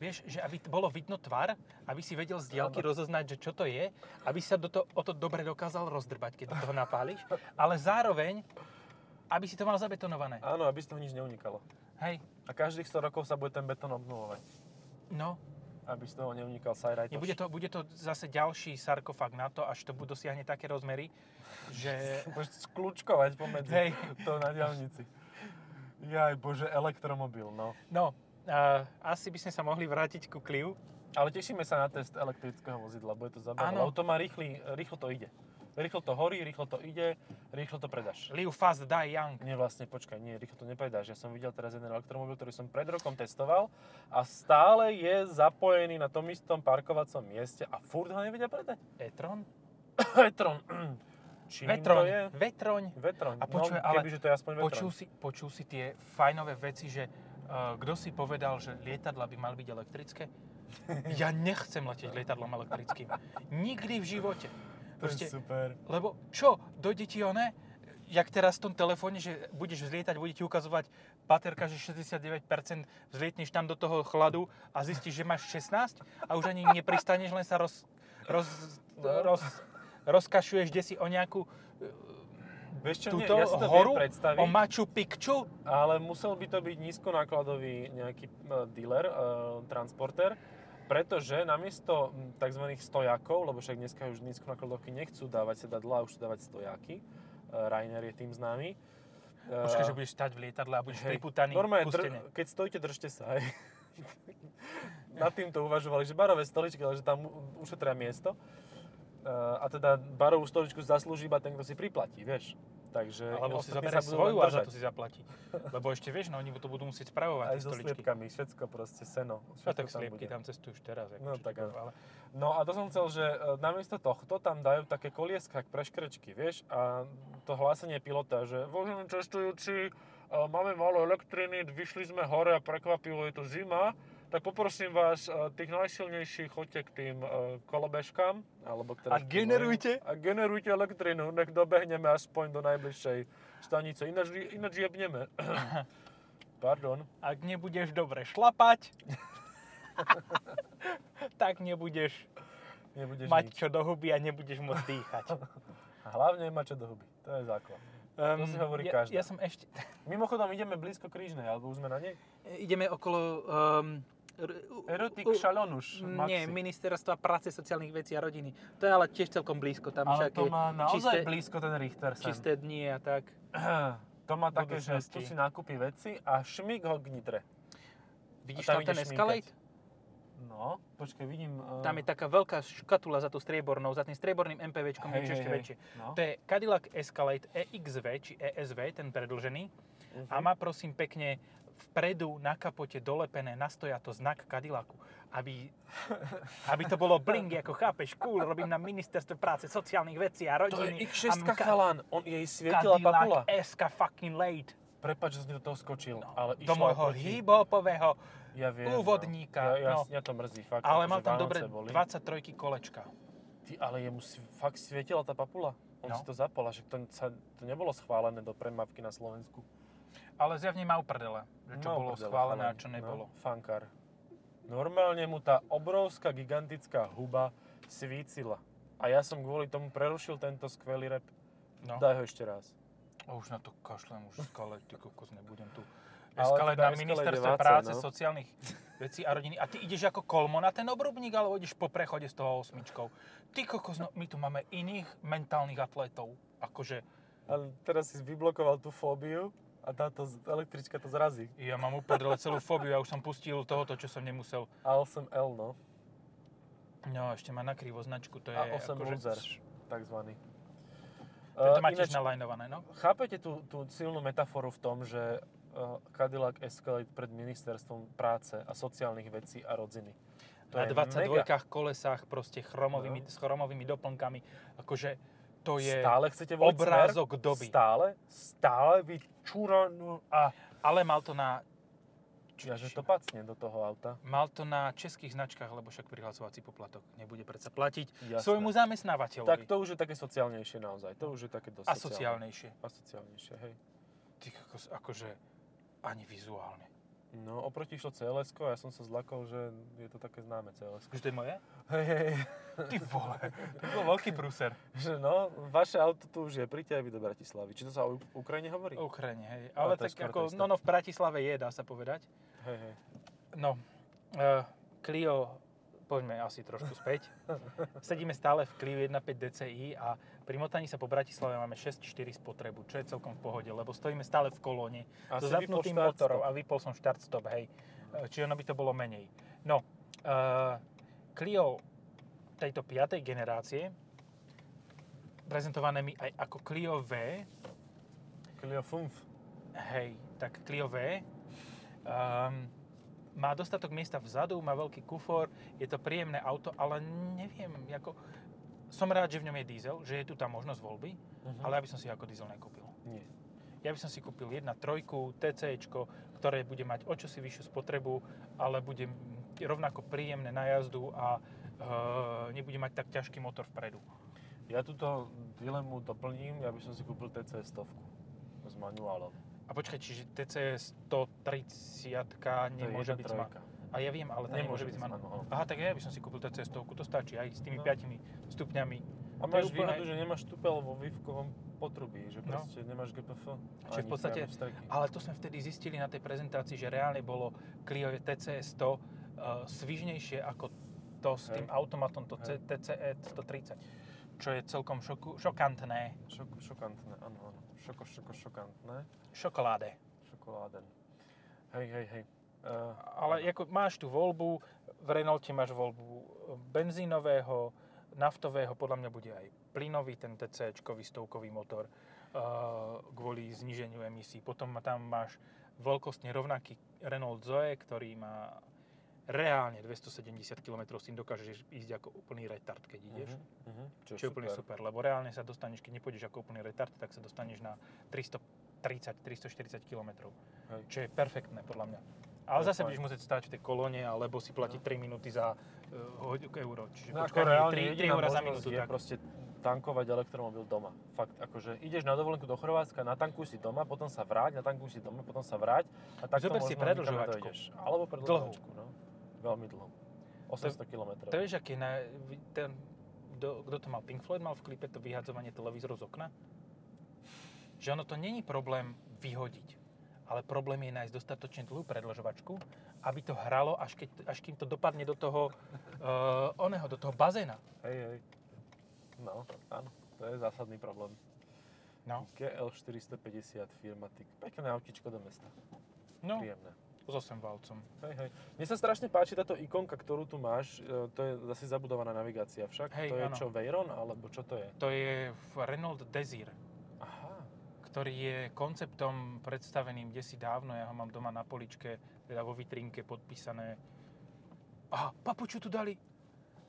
Speaker 1: Vieš, že aby t- bolo vidno tvár, aby si vedel z diaľky rozoznať, že čo to je, aby sa do to, o to dobre dokázal rozdrbať, keď do toho napáliš, ale zároveň, aby si to mal zabetonované.
Speaker 2: Áno, aby z toho nič neunikalo.
Speaker 1: Hej,
Speaker 2: A každých 100 rokov sa bude ten betón obnovovať,
Speaker 1: no,
Speaker 2: aby z toho neunikal sajrajtoš.
Speaker 1: nebude to, bude to zase ďalší sarkofág na to, až to bu- dosiahne také rozmery, že...
Speaker 2: Budeš skľúčkovať pomedzi
Speaker 1: Hej.
Speaker 2: to na diálnici. Jaj, bože, elektromobil, no.
Speaker 1: No, a asi by sme sa mohli vrátiť ku Clio.
Speaker 2: Ale tešíme sa na test elektrického vozidla, bude to zábava.
Speaker 1: Áno.
Speaker 2: Lebo to má rýchly, rýchlo to ide. Rýchlo to horí, rýchlo to ide, rýchlo to predáš.
Speaker 1: Liu Fast Die Young.
Speaker 2: Nie, vlastne, počkaj, nie, rýchlo to nepredáš. Ja som videl teraz jeden elektromobil, ktorý som pred rokom testoval a stále je zapojený na tom istom parkovacom mieste a furt ho nevedia predať.
Speaker 1: Vetron?
Speaker 2: Vetron. Čím
Speaker 1: Vetron.
Speaker 2: to je?
Speaker 1: Vetroň.
Speaker 2: Vetron.
Speaker 1: A počuj,
Speaker 2: no,
Speaker 1: ale
Speaker 2: kebyže to je aspoň Vetron.
Speaker 1: Počul si, počul si tie fajnové veci, že uh, kto si povedal, že lietadla by mali byť elektrické? Ja nechcem letieť lietadlom elektrickým. Nikdy v živote. Proste,
Speaker 2: super.
Speaker 1: lebo čo, dojde ti one, jak teraz v tom telefóne, že budeš vzlietať, bude ti ukazovať baterka, že 69%, vzlietneš tam do toho chladu a zistíš, že máš 16 a už ani nepristaneš, len sa roz, roz, roz, rozkašuješ kde si o nejakú
Speaker 2: Vieš čo, nie,
Speaker 1: túto
Speaker 2: ja si to
Speaker 1: horu,
Speaker 2: viem predstaviť.
Speaker 1: o Machu Picchu.
Speaker 2: Ale musel by to byť nízkonákladový nejaký e, dealer, e, transporter, pretože namiesto mm, tzv. stojakov, lebo však dneska už nízkonákladovky nechcú dávať sedadla, už sú dávať stojaky, e, Rainer je tým známy. E,
Speaker 1: Počkaj, že budeš stať v lietadle a budeš
Speaker 2: hej,
Speaker 1: priputaný
Speaker 2: normálne,
Speaker 1: k
Speaker 2: dr-
Speaker 1: stene.
Speaker 2: keď stojíte, držte sa aj. Nad týmto uvažovali, že barové stoličky, ale že tam u- ušetria miesto. E, a teda barovú stoličku zaslúži iba ten, kto si priplatí, vieš. Takže
Speaker 1: Alebo si
Speaker 2: ostatní
Speaker 1: zabere
Speaker 2: budú len
Speaker 1: svoju a za
Speaker 2: držať.
Speaker 1: to si zaplatí. Lebo ešte vieš, no oni to budú musieť spravovať,
Speaker 2: Aj
Speaker 1: tie
Speaker 2: so
Speaker 1: stoličky.
Speaker 2: sliepkami, všetko proste, seno.
Speaker 1: No
Speaker 2: Všetko
Speaker 1: tak sliepky
Speaker 2: bude.
Speaker 1: tam cestujú už teraz. Ako,
Speaker 2: No,
Speaker 1: čo ti
Speaker 2: tak áno.
Speaker 1: poviem, ale...
Speaker 2: No a to som chcel, že e, namiesto tohto tam dajú také kolieska, jak preškrečky, vieš? A to hlásenie pilota, že vážení cestujúci, e, máme málo elektriny, vyšli sme hore a prekvapivo je tu zima, tak poprosím vás, e, tých najsilnejších choďte k tým e, kolobežkám, alebo k
Speaker 1: A
Speaker 2: teda k tým
Speaker 1: generujte?
Speaker 2: mojim. A generujte elektrinu, nech dobehneme aspoň do najbližšej stanice, ináč, ináč jebneme. Pardon.
Speaker 1: Ak nebudeš dobre šlapať, tak nebudeš
Speaker 2: Nebudeš
Speaker 1: mať
Speaker 2: nič.
Speaker 1: čo do huby a nebudeš môcť dýchať.
Speaker 2: A hlavne mať čo do huby. To je základ.
Speaker 1: Um,
Speaker 2: si hovorí
Speaker 1: ja,
Speaker 2: každá.
Speaker 1: ja som ešte...
Speaker 2: Mimochodom, ideme blízko krížnej, alebo už sme na nej?
Speaker 1: Ideme okolo... Um, r- u-
Speaker 2: Erotik
Speaker 1: u-
Speaker 2: šalonuš, Maxi.
Speaker 1: Nie, ministerstva práce, sociálnych vecí a rodiny. To je ale tiež celkom blízko. Tam
Speaker 2: Ale
Speaker 1: však
Speaker 2: to
Speaker 1: je
Speaker 2: má naozaj
Speaker 1: čisté,
Speaker 2: blízko ten Richter sem.
Speaker 1: čisté dni a tak.
Speaker 2: To má také, že
Speaker 1: budúcnosti.
Speaker 2: tu si nakúpi veci a šmik ho k nitre.
Speaker 1: Vidíš
Speaker 2: tam
Speaker 1: tam, ten
Speaker 2: ideš
Speaker 1: Escalade?
Speaker 2: No, počkaj, vidím... eh,
Speaker 1: Tam je taká veľká škatula za tou striebornou, za tým strieborným MPVčkom,
Speaker 2: hej,
Speaker 1: niečo
Speaker 2: hej,
Speaker 1: ešte
Speaker 2: hej.
Speaker 1: väčšie.
Speaker 2: No.
Speaker 1: To je Cadillac Escalade EXV, či ESV, ten predlžený.
Speaker 2: Mhm.
Speaker 1: A má prosím pekne vpredu na kapote dolepené nastojato znak Cadillacu, aby, aby to bolo bling, ako chápeš, cool, robím na ministerstve práce, sociálnych vecí a
Speaker 2: To je
Speaker 1: rodiny. a
Speaker 2: X6
Speaker 1: mám ka-
Speaker 2: chalán, on jej svietila papula.
Speaker 1: Cadillac E- SK fucking late.
Speaker 2: Prepač, že som ti do toho skočil, ale
Speaker 1: No. Do
Speaker 2: išla
Speaker 1: môjho
Speaker 2: proti-
Speaker 1: hip-hopového,
Speaker 2: ja viem,
Speaker 1: úvodníka,
Speaker 2: No. Ja, ja,
Speaker 1: no.
Speaker 2: ja, to mrzí, fakt.
Speaker 1: ale
Speaker 2: akože
Speaker 1: mal tam
Speaker 2: Vánoce
Speaker 1: dobre
Speaker 2: boli.
Speaker 1: 23 kolečka.
Speaker 2: Ty, ale jemu si fakt svietila tá papula. On
Speaker 1: No.
Speaker 2: si to zapol, a že to, sa, to nebolo schválené do premávky na Slovensku.
Speaker 1: Ale zjavne má uprdele, že čo
Speaker 2: No,
Speaker 1: bolo
Speaker 2: prdele,
Speaker 1: schválené a
Speaker 2: chalani.
Speaker 1: čo nebolo.
Speaker 2: No, fankár. Normálne mu tá obrovská, gigantická huba svícila. A ja som kvôli tomu prerušil tento skvelý rap.
Speaker 1: No.
Speaker 2: Daj ho ešte raz.
Speaker 1: A už na to kašlem, už skalať, ty kokos, nebudem tu.
Speaker 2: Ale
Speaker 1: Eskalať
Speaker 2: teda
Speaker 1: na
Speaker 2: Escalade
Speaker 1: ministerstve
Speaker 2: 20,
Speaker 1: práce,
Speaker 2: no.
Speaker 1: sociálnych vecí a rodiny. A ty ideš ako kolmo na ten obrubník, alebo ideš po prechode s toho osmičkou. Ty kokos, no, my tu máme iných mentálnych atletov. Akože,
Speaker 2: Ale teraz si vyblokoval tú fóbiu a táto z- električka to zrazí.
Speaker 1: ja mám uprdele celú fóbiu, ja už som pustil tohoto, čo som nemusel.
Speaker 2: A8L, no.
Speaker 1: No, ešte má na krivo značku, to je
Speaker 2: A8
Speaker 1: akože...
Speaker 2: Loser, takzvaný.
Speaker 1: To
Speaker 2: Eh,
Speaker 1: máte
Speaker 2: E, ináč,
Speaker 1: tiež nalajnované, no?
Speaker 2: Chápete tú, tú silnú metaforu v tom, že eh, Cadillac Escalade pred ministerstvom práce a sociálnych vecí a rodiny.
Speaker 1: na
Speaker 2: je
Speaker 1: 22
Speaker 2: mega.
Speaker 1: kolesách proste chromovými,
Speaker 2: No.
Speaker 1: s chromovými doplnkami. Akože to je
Speaker 2: Stále chcete voliť
Speaker 1: obrázok
Speaker 2: smer?
Speaker 1: doby.
Speaker 2: Stále? Stále vy čuranú a...
Speaker 1: Ale mal to na
Speaker 2: Ja, že to pacne do toho auta.
Speaker 1: mal to na českých značkách, lebo však prihlasovací poplatok nebude predsa platiť
Speaker 2: Jasné.
Speaker 1: svojmu zamestnávateľovi.
Speaker 2: Tak to už je také sociálnejšie naozaj. To už je také dosť
Speaker 1: a sociálnejšie.
Speaker 2: sociálne. A sociálnejšie, hej.
Speaker 1: Ty, kokos, akože ani vizuálne.
Speaker 2: No, oproti išlo cls ja som sa zlakol, že je Akože to také známe cls
Speaker 1: Už to je moje?
Speaker 2: Hej, hej,
Speaker 1: Ty vole, to bol veľký prúser.
Speaker 2: že no, vaše auto tu už je, príďte aj vy do Bratislavy. Či to sa o Uk- Ukrajine hovorí?
Speaker 1: Ukrajine, hej.
Speaker 2: Ale
Speaker 1: Ale
Speaker 2: to je
Speaker 1: tak
Speaker 2: skoro to
Speaker 1: ako,
Speaker 2: isté.
Speaker 1: no, no v Bratislave je, dá sa povedať.
Speaker 2: Hej, hej.
Speaker 1: No, uh, Clio, poďme asi trošku späť. Sedíme stále v Clio 1.5 DCI a pri motaní sa po Bratislave máme 6.4 spotrebu, čo je celkom v pohode, lebo stojíme stále v kolóne
Speaker 2: A
Speaker 1: so
Speaker 2: si vypol
Speaker 1: zapnutým
Speaker 2: štart,
Speaker 1: motorom
Speaker 2: stop.
Speaker 1: a vypol som štart stop, hej. E, Čiže ono by to bolo menej. No, uh, Clio tejto 5. generácie, prezentované mi aj ako Clio V,
Speaker 2: Clio Funf.
Speaker 1: Hej, tak Clio V. Um, má dostatok miesta vzadu, má veľký kufor, je to príjemné auto, ale neviem, ako... Som rád, že v ňom je diesel, že je tu tá možnosť voľby,
Speaker 2: Mhm.
Speaker 1: ale ja by som si ho ako diesel nekúpil.
Speaker 2: Nie.
Speaker 1: Ja by som si kúpil 1.3 TC, ktoré bude mať o čosi vyššiu spotrebu, ale bude m- rovnako príjemné na jazdu a e, nebude mať tak ťažký motor vpredu.
Speaker 2: Ja túto dilemu doplním, ja by som si kúpil TC 100 s manuálom.
Speaker 1: A počkaj, čiže TC 130 nemôže byť s ma- A ja viem, ale tá nemôže, byť s manuálom. Aha, tak ja by som si kúpil tú cestovku, to stačí aj s tými
Speaker 2: No.
Speaker 1: 5 stupňami.
Speaker 2: A
Speaker 1: To je
Speaker 2: máš
Speaker 1: úplne-
Speaker 2: výhodu, že nemáš tupel vo výfkovom potrubí, že
Speaker 1: No.
Speaker 2: proste nemáš GPF.
Speaker 1: Čiže v
Speaker 2: ani
Speaker 1: podstate-
Speaker 2: priame vstreky.
Speaker 1: Ale to sme vtedy zistili na tej prezentácii, že reálne bolo Clio TC100 uh, svižnejšie ako to s
Speaker 2: Hej.
Speaker 1: tým automatom, to
Speaker 2: Hej.
Speaker 1: TCE 130. E Čo je celkom šoku, šokantné.
Speaker 2: Šok, šokantné, áno, áno. Šoko, šoko, šokantné.
Speaker 1: Šokoláde.
Speaker 2: Šokoláden. Hej, hej, hej. Uh,
Speaker 1: Ale ako máš tú voľbu, v Renaulte máš voľbu benzínového, naftového, podľa mňa bude aj plynový, ten TC-čkový stovkový motor eh, kvôli zniženiu emisí. Potom ma- tam máš veľkostne rovnaký Renault Zoe, ktorý má reálne 270 km, s tým dokážeš ísť ako úplný retard, keď ideš.
Speaker 2: Uh-huh.
Speaker 1: Čo je úplne super, lebo reálne sa dostaneš, keď nepôjdeš ako úplný retard, tak sa dostaneš na 330-340 km.
Speaker 2: Hej.
Speaker 1: Čo je perfektné podľa mňa. Ale
Speaker 2: To je
Speaker 1: zase
Speaker 2: fajn.
Speaker 1: budeš musieť stať v tej kolóne, alebo si platiť 3 minúty za uh, hodinu euro. Čiže
Speaker 2: No,
Speaker 1: počkaj,
Speaker 2: ako reálne
Speaker 1: 3, 3
Speaker 2: jediná
Speaker 1: euro za
Speaker 2: možnosť
Speaker 1: minútu.
Speaker 2: je
Speaker 1: Tak.
Speaker 2: proste tankovať elektromobil doma. Fakt, akože ideš na dovolenku do Chorvátska, natankuj si doma, potom sa vráť, natankuj si doma, potom sa vráť a takto
Speaker 1: Zober si
Speaker 2: možno nikam
Speaker 1: predĺžovačku.
Speaker 2: nedojdeš. Alebo predlžovačku, no. Veľmi dlho. 800 km.
Speaker 1: To vieš, aký na, ten, kto, kto to mal? Pink Floyd mal v klipe to vyhadzovanie televízoru z okna? Že ono to není problém vyhodiť, ale problém je nájsť dostatočne dlhú predlžovačku, aby to hralo, až, keď, až kým to dopadne do toho, uh, oného, do toho bazéna.
Speaker 2: Hej, hej. No, áno. To je zásadný problém.
Speaker 1: No,
Speaker 2: GL450 firma TIC. Pekné autičko do mesta.
Speaker 1: no,
Speaker 2: Príjemné.
Speaker 1: s 8 valcom.
Speaker 2: Hej, hej. Mne sa strašne páči táto ikonka, ktorú tu máš. E, to je zase zabudovaná navigácia však.
Speaker 1: Hej,
Speaker 2: to je
Speaker 1: áno.
Speaker 2: čo, Veyron? Alebo čo to je?
Speaker 1: To je v Renault Desir,
Speaker 2: Aha.
Speaker 1: ktorý je konceptom predstaveným desi dávno. Ja ho mám doma na poličke, teda vo vitrínke podpísané. Aha, papuču tu dali!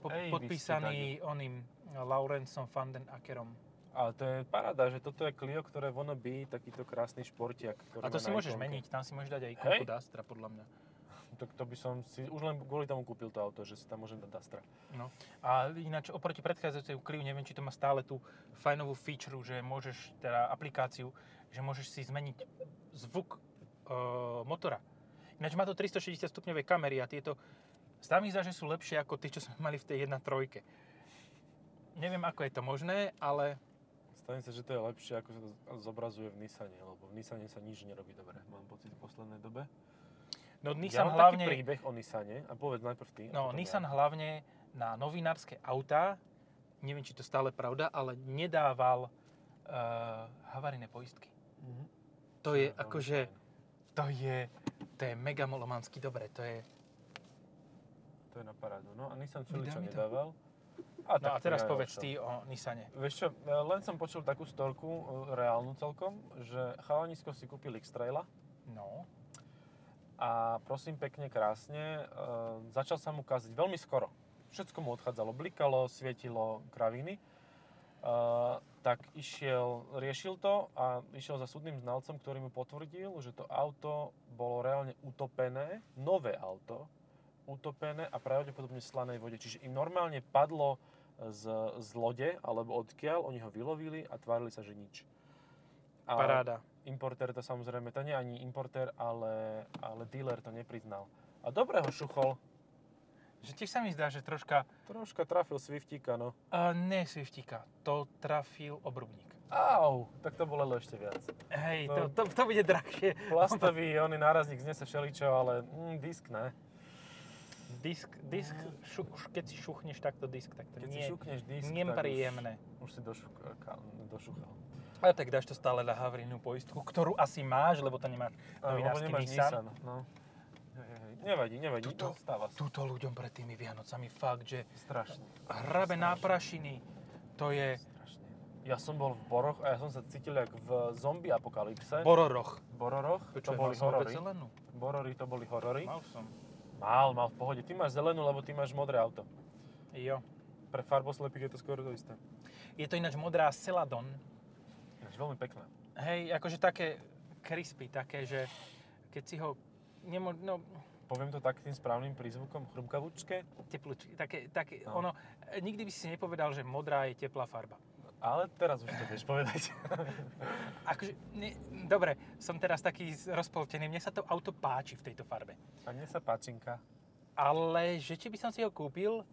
Speaker 1: Po,
Speaker 2: Ej, vy ste
Speaker 1: podpísaný oným Laurencom van den Ackerom.
Speaker 2: Ale to je paráda, že toto je Clio, ktoré vono by takýto krásny športiak.
Speaker 1: A
Speaker 2: Ktorý
Speaker 1: to
Speaker 2: má
Speaker 1: si
Speaker 2: na
Speaker 1: môžeš
Speaker 2: ikonke.
Speaker 1: meniť, tam si môžeš dať aj ikonku
Speaker 2: Hej.
Speaker 1: Dastra, podľa mňa.
Speaker 2: To, to by som si už len kvôli tomu kúpil to auto, že si tam môžem dať Dastra.
Speaker 1: No. A ináč oproti predchádzajúcemu Clio, neviem, či to má stále tú fajnovú feature, že môžeš, teda aplikáciu, že môžeš si zmeniť zvuk e, motora. Ináč má to 360 stupňové kamery a tieto zdá mi sa, že sú lepšie ako tie, čo sme mali v tej 1.3. Neviem, ako je to možné, ale
Speaker 2: Stane sa, že to je lepšie, ako sa to zobrazuje v Nissane, lebo v Nissane sa nič nerobí dobre, mám pocit v poslednej dobe.
Speaker 1: no,
Speaker 2: ja
Speaker 1: Nissan
Speaker 2: mám
Speaker 1: hlavne...
Speaker 2: taký príbeh teda. o Nissane, a povedz najprv ty. a
Speaker 1: No,
Speaker 2: potom
Speaker 1: Nissan
Speaker 2: Ja.
Speaker 1: hlavne na novinárske autá, neviem, či to stále pravda, ale nedával e, havarijné poistky.
Speaker 2: Mhm.
Speaker 1: To je
Speaker 2: Čo
Speaker 1: akože...
Speaker 2: veľmi fajn.
Speaker 1: To je, to je mega molomansky dobre, to je...
Speaker 2: To je na parádu. No a Nissan
Speaker 1: Vydá
Speaker 2: Felicia
Speaker 1: mi to.
Speaker 2: nedával. A A,
Speaker 1: No a
Speaker 2: tak to
Speaker 1: teraz
Speaker 2: je
Speaker 1: povedz
Speaker 2: najlepšie.
Speaker 1: ty o Nissane.
Speaker 2: Vieš čo, e, len som počul takú storku, e, reálnu celkom, že chalanisko si kúpil X-Traila
Speaker 1: No.
Speaker 2: a prosím pekne, krásne, e, začal sa mu kaziť veľmi skoro. Všetko mu odchádzalo, blikalo, svietilo kraviny. E, tak išiel, riešil to a išiel za súdnym znalcom, ktorý mu potvrdil, že to auto bolo reálne utopené, nové auto, utopené a pravdepodobne v slanej vode. Čiže im normálne padlo z, z lode alebo odkiaľ, oni ho vylovili a tvárili sa, že nič. A
Speaker 1: Paráda.
Speaker 2: importér to samozrejme, to nie ani importér, ale, ale dealer to nepriznal. A dobre ho šuchol.
Speaker 1: Že tiež sa mi zdá, že troška... e,
Speaker 2: Troška trafil Swiftíka, no.
Speaker 1: Uh, ne Swiftíka, to trafil obrubník.
Speaker 2: Au, tak to bolelo ešte viac.
Speaker 1: Hej,
Speaker 2: No.
Speaker 1: to, to, to bude drahšie.
Speaker 2: Plastový, oný nárazník znese všeličo, ale mm, disk ne.
Speaker 1: Disk, disk, šu, š, keď si šuchneš takto disk, tak to
Speaker 2: Keď si
Speaker 1: nie,
Speaker 2: šukneš disk,
Speaker 1: nepríjemné.
Speaker 2: tak už, už si došukal, došuchal.
Speaker 1: Ale tak dáš to stále na Havrinnú poistku, ktorú asi máš, lebo to nemáš
Speaker 2: Áno,
Speaker 1: novinársky
Speaker 2: nemáš
Speaker 1: Nissan.
Speaker 2: Nissan. No. Hej, hej, hej. Nevadí, nevadí,
Speaker 1: Tuto.
Speaker 2: stáva sa.
Speaker 1: Tuto ľuďom pred tými Vianocami fakt, že
Speaker 2: Strašne.
Speaker 1: hrabe
Speaker 2: Strašne.
Speaker 1: na prašiny, to je
Speaker 2: Strašne. Ja som bol v Boroch a ja som sa cítil jak v zombie apokalypse.
Speaker 1: bororoch.
Speaker 2: Bororoch, to
Speaker 1: Počuj, mal
Speaker 2: boli
Speaker 1: som vôbec
Speaker 2: horory.
Speaker 1: zelenú?
Speaker 2: Borory to boli horory.
Speaker 1: Mal som.
Speaker 2: Mal, mal v pohode. Ty máš zelenú, lebo ty máš modré auto.
Speaker 1: Jo.
Speaker 2: Pre farboslepých je to skoro to isté.
Speaker 1: Je to ináč modrá Celadon.
Speaker 2: Ináč veľmi pekné.
Speaker 1: Hej, akože také crispy, také, že keď si ho nemo, no,
Speaker 2: Poviem to tak tým správnym prízvukom, chrumkavúčke,
Speaker 1: teplúčky, také, také,
Speaker 2: No.
Speaker 1: ono, e, nikdy by si nepovedal, že modrá je teplá farba.
Speaker 2: ale teraz už to vieš povedať.
Speaker 1: Akože, ne, dobre, som teraz taký z- rozpoltený, mne sa to auto páči v tejto farbe.
Speaker 2: A mne sa páčinka.
Speaker 1: Ale že či by som si ho kúpil,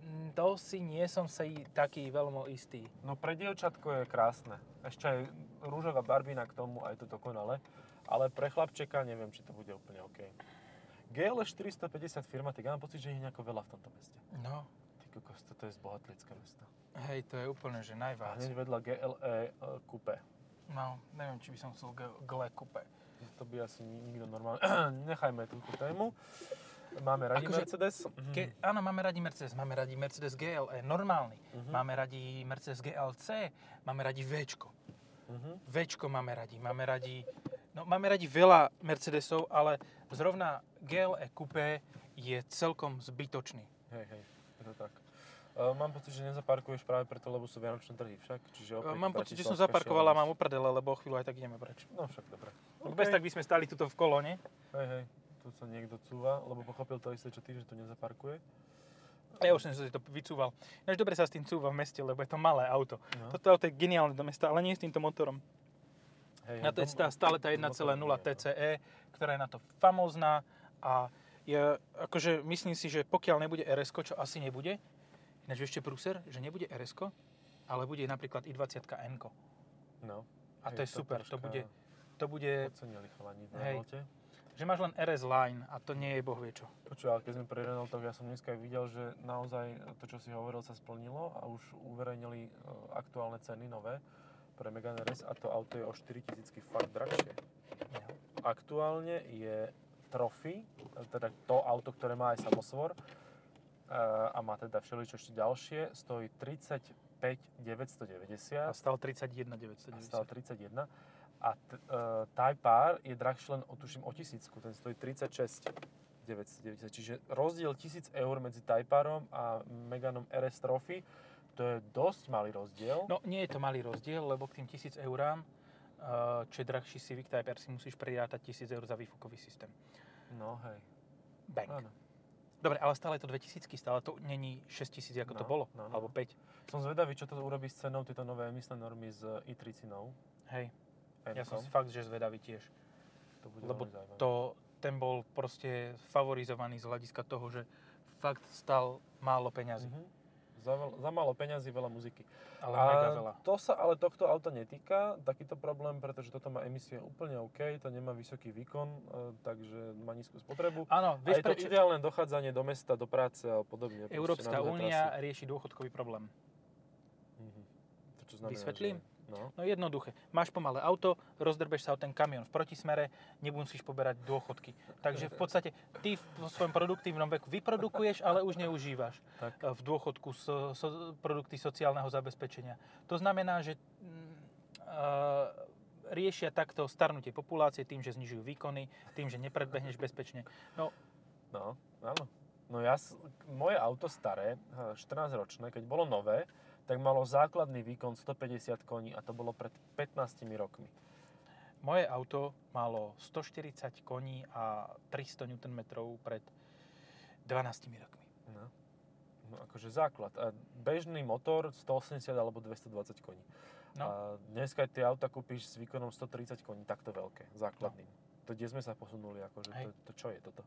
Speaker 1: mm, to si nie som si taký veľmi istý.
Speaker 2: No pre dievčatko je krásne. Ešte aj rúžová barbina k tomu, aj to dokonale. Ale pre chlapčeka neviem, či to bude úplne OK. GL 450 firma, tak ja mám pocit, že ich je nejako veľa v tomto meste.
Speaker 1: No,
Speaker 2: Ty kokos, toto je zbohatlické mesto.
Speaker 1: hej, to je úplne, že
Speaker 2: A
Speaker 1: najvác.
Speaker 2: hneď vedľa GLE e, Coupe.
Speaker 1: No, neviem, či by som chcel G- gle kúpe.
Speaker 2: To by asi ni- nikto normálne... Nechajme túto tému. Máme radi
Speaker 1: Akože-
Speaker 2: Mercedes.
Speaker 1: Ke, áno, máme radi Mercedes, máme radi Mercedes GLE, normálny.
Speaker 2: Mhm.
Speaker 1: Máme radi Mercedes GLC, máme radi Včko.
Speaker 2: Mhm.
Speaker 1: Včko máme radi, máme radi... No, máme radi veľa Mercedesov, ale zrovna GLE Coupé je celkom zbytočný.
Speaker 2: Hej, hej, je to tak. E, mám pocit, že nezaparkuješ práve preto, lebo sú vianočné trhy však. Čiže opäť
Speaker 1: Okay, E, mám pocit, že som
Speaker 2: bratislavská
Speaker 1: zaparkoval a mám
Speaker 2: šialenosť.
Speaker 1: uprdele, lebo o chvíľu aj tak ideme preč.
Speaker 2: No však dobre.
Speaker 1: Okay. Bez tak by sme stali tuto v kolone.
Speaker 2: Hej, hej, tu sa niekto cúva, lebo pochopil to isté, čo ty, že tu nezaparkuje.
Speaker 1: Ja už som si to vycúval. Ináč dobre sa s tým cúva v meste, lebo je to malé auto.
Speaker 2: No.
Speaker 1: Toto auto je geniálne do mesta, ale nie s týmto motorom.
Speaker 2: Hej,
Speaker 1: Na to je tá, stále tá 1,0 TCE, E, ktorá je na to famózna a je, akože myslím si, že pokiaľ nebude rs čo asi nebude, ináč ešte prúser, že nebude rs ale bude napríklad i 20 n
Speaker 2: No.
Speaker 1: A to je super, to bude, to bude,
Speaker 2: Ocenili chalani v
Speaker 1: Hej.
Speaker 2: Renalte.
Speaker 1: že máš len RS Line a to nie je bohvie čo.
Speaker 2: Počuj, ale keď sme pri Renaultoch, ja som dneska videl, že naozaj to, čo si hovoril, sa splnilo a už uverejnili e, aktuálne ceny nové pre Megane RS a to auto je o 4000 fakt drahšie. Aktuálne je Trophy, e, teda to auto, ktoré má aj samosvor e, a má teda všeličo ešte ďalšie, stojí 35
Speaker 1: A
Speaker 2: 990
Speaker 1: stal 31
Speaker 2: a stál
Speaker 1: 990.
Speaker 2: 31 a t- e, Type R je drahší len o, tuším o tisícku, ten stojí 36 990, čiže rozdiel 1000 eur medzi Type Rom a Meganom RS Trophy, to je dosť malý rozdiel.
Speaker 1: No nie je to malý rozdiel, lebo k tým 1000 eurám, eh, čo je drahší Civic Type R, si musíš prirátať 1000 eur za výfukový systém.
Speaker 2: no hej,
Speaker 1: Bang.
Speaker 2: áno.
Speaker 1: Dobre, ale stále je to 2000, stále to není 6000, ako to
Speaker 2: No,
Speaker 1: bolo,
Speaker 2: no, no.
Speaker 1: alebo 5.
Speaker 2: Som zvedavý, čo to urobí s cenou tieto nové emisné normy s e, i30-inou.
Speaker 1: Hej, ja som
Speaker 2: N-kom.
Speaker 1: fakt, že zvedavý tiež.
Speaker 2: to bude
Speaker 1: lebo
Speaker 2: veľmi zaujímavé.
Speaker 1: To, ten bol proste favorizovaný z hľadiska toho, že fakt stal málo peňazí,
Speaker 2: Mhm. Za, veľ, za málo peňazí, veľa muziky.
Speaker 1: ale mega veľa.
Speaker 2: to sa ale tohto auta netýka, takýto problém, pretože toto má emisie úplne OK, to nemá vysoký výkon, e, takže má nízku spotrebu.
Speaker 1: Áno,
Speaker 2: A
Speaker 1: vieš
Speaker 2: je to
Speaker 1: prečo?
Speaker 2: ideálne dochádzanie do mesta, do práce a podobne. proste
Speaker 1: Európska
Speaker 2: na dlhé
Speaker 1: únia
Speaker 2: trasy.
Speaker 1: rieši dôchodkový problém.
Speaker 2: Mhm. To čo znamená,
Speaker 1: Vysvetlím?
Speaker 2: Že... No.
Speaker 1: No jednoduché. Máš pomalé auto, rozdrbeš sa o ten kamión v protismere, nemusíš poberať dôchodky. Takže v podstate ty v- vo svojom produktívnom veku vyprodukuješ, ale už neužívaš
Speaker 2: Tak.
Speaker 1: e, v dôchodku so, so, produkty sociálneho zabezpečenia. To znamená, že mm, e, riešia takto starnutie populácie tým, že znižujú výkony, tým, že nepredbehneš bezpečne. No,
Speaker 2: No, áno. No ja, s- moje auto staré, eh, 14-ročné, keď bolo nové, tak malo základný výkon 150 koní a to bolo pred 15 rokmi.
Speaker 1: moje auto malo 140 koní a 300 Nm pred 12 rokmi.
Speaker 2: No. no akože základ. A bežný motor 180 alebo 220 koní.
Speaker 1: No.
Speaker 2: No. A dneska tie auta kúpiš s výkonom 130 koní, takto veľké, základným. To kde sme sa posunuli, akože
Speaker 1: No. Hej.
Speaker 2: to, to, čo je toto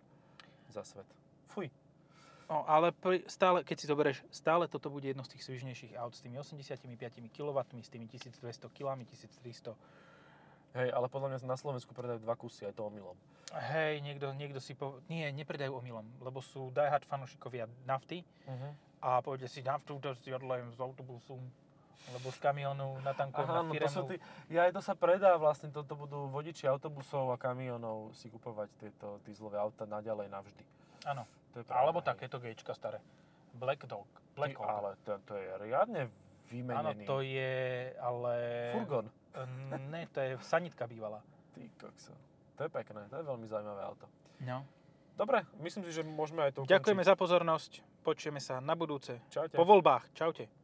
Speaker 2: za svet? Fuj.
Speaker 1: No, ale pri, stále, keď si zoberieš, stále toto bude jedno z tých svižnejších aut s tými 85 kW, s tými 1200 kg, 1300.
Speaker 2: Hej, ale podľa mňa na Slovensku predajú dva kusy, aj to omylom.
Speaker 1: Hej, niekto, niekto si po... Nie, nepredajú omylom, lebo sú diehard fanúšikovia nafty
Speaker 2: Uh-huh.
Speaker 1: a povedia si naftu, to si odlejem z autobusu, alebo z kamionu, natankujem
Speaker 2: Aha,
Speaker 1: Akože na
Speaker 2: no to
Speaker 1: firemu.
Speaker 2: sú tí, ja aj to sa predá vlastne, toto budú vodiči autobusov a kamionov si kupovať tieto dieselové auta naďalej navždy.
Speaker 1: Áno,
Speaker 2: To je
Speaker 1: alebo
Speaker 2: pravda, hej.
Speaker 1: takéto gečka staré. Black Dog.
Speaker 2: Ty,
Speaker 1: Black Hawk.
Speaker 2: ale to, to je riadne
Speaker 1: Áno,
Speaker 2: vymenený.
Speaker 1: to je, ale...
Speaker 2: Furgon.
Speaker 1: Ne, to je sanitka bývalá.
Speaker 2: Ty kokso. To je pekné, to je veľmi zaujímavé auto.
Speaker 1: No.
Speaker 2: Dobre, myslím si, že môžeme aj to ukončiť.
Speaker 1: Ďakujeme za pozornosť, počujeme sa na budúce.
Speaker 2: Čaute.
Speaker 1: Po voľbách. Čaute.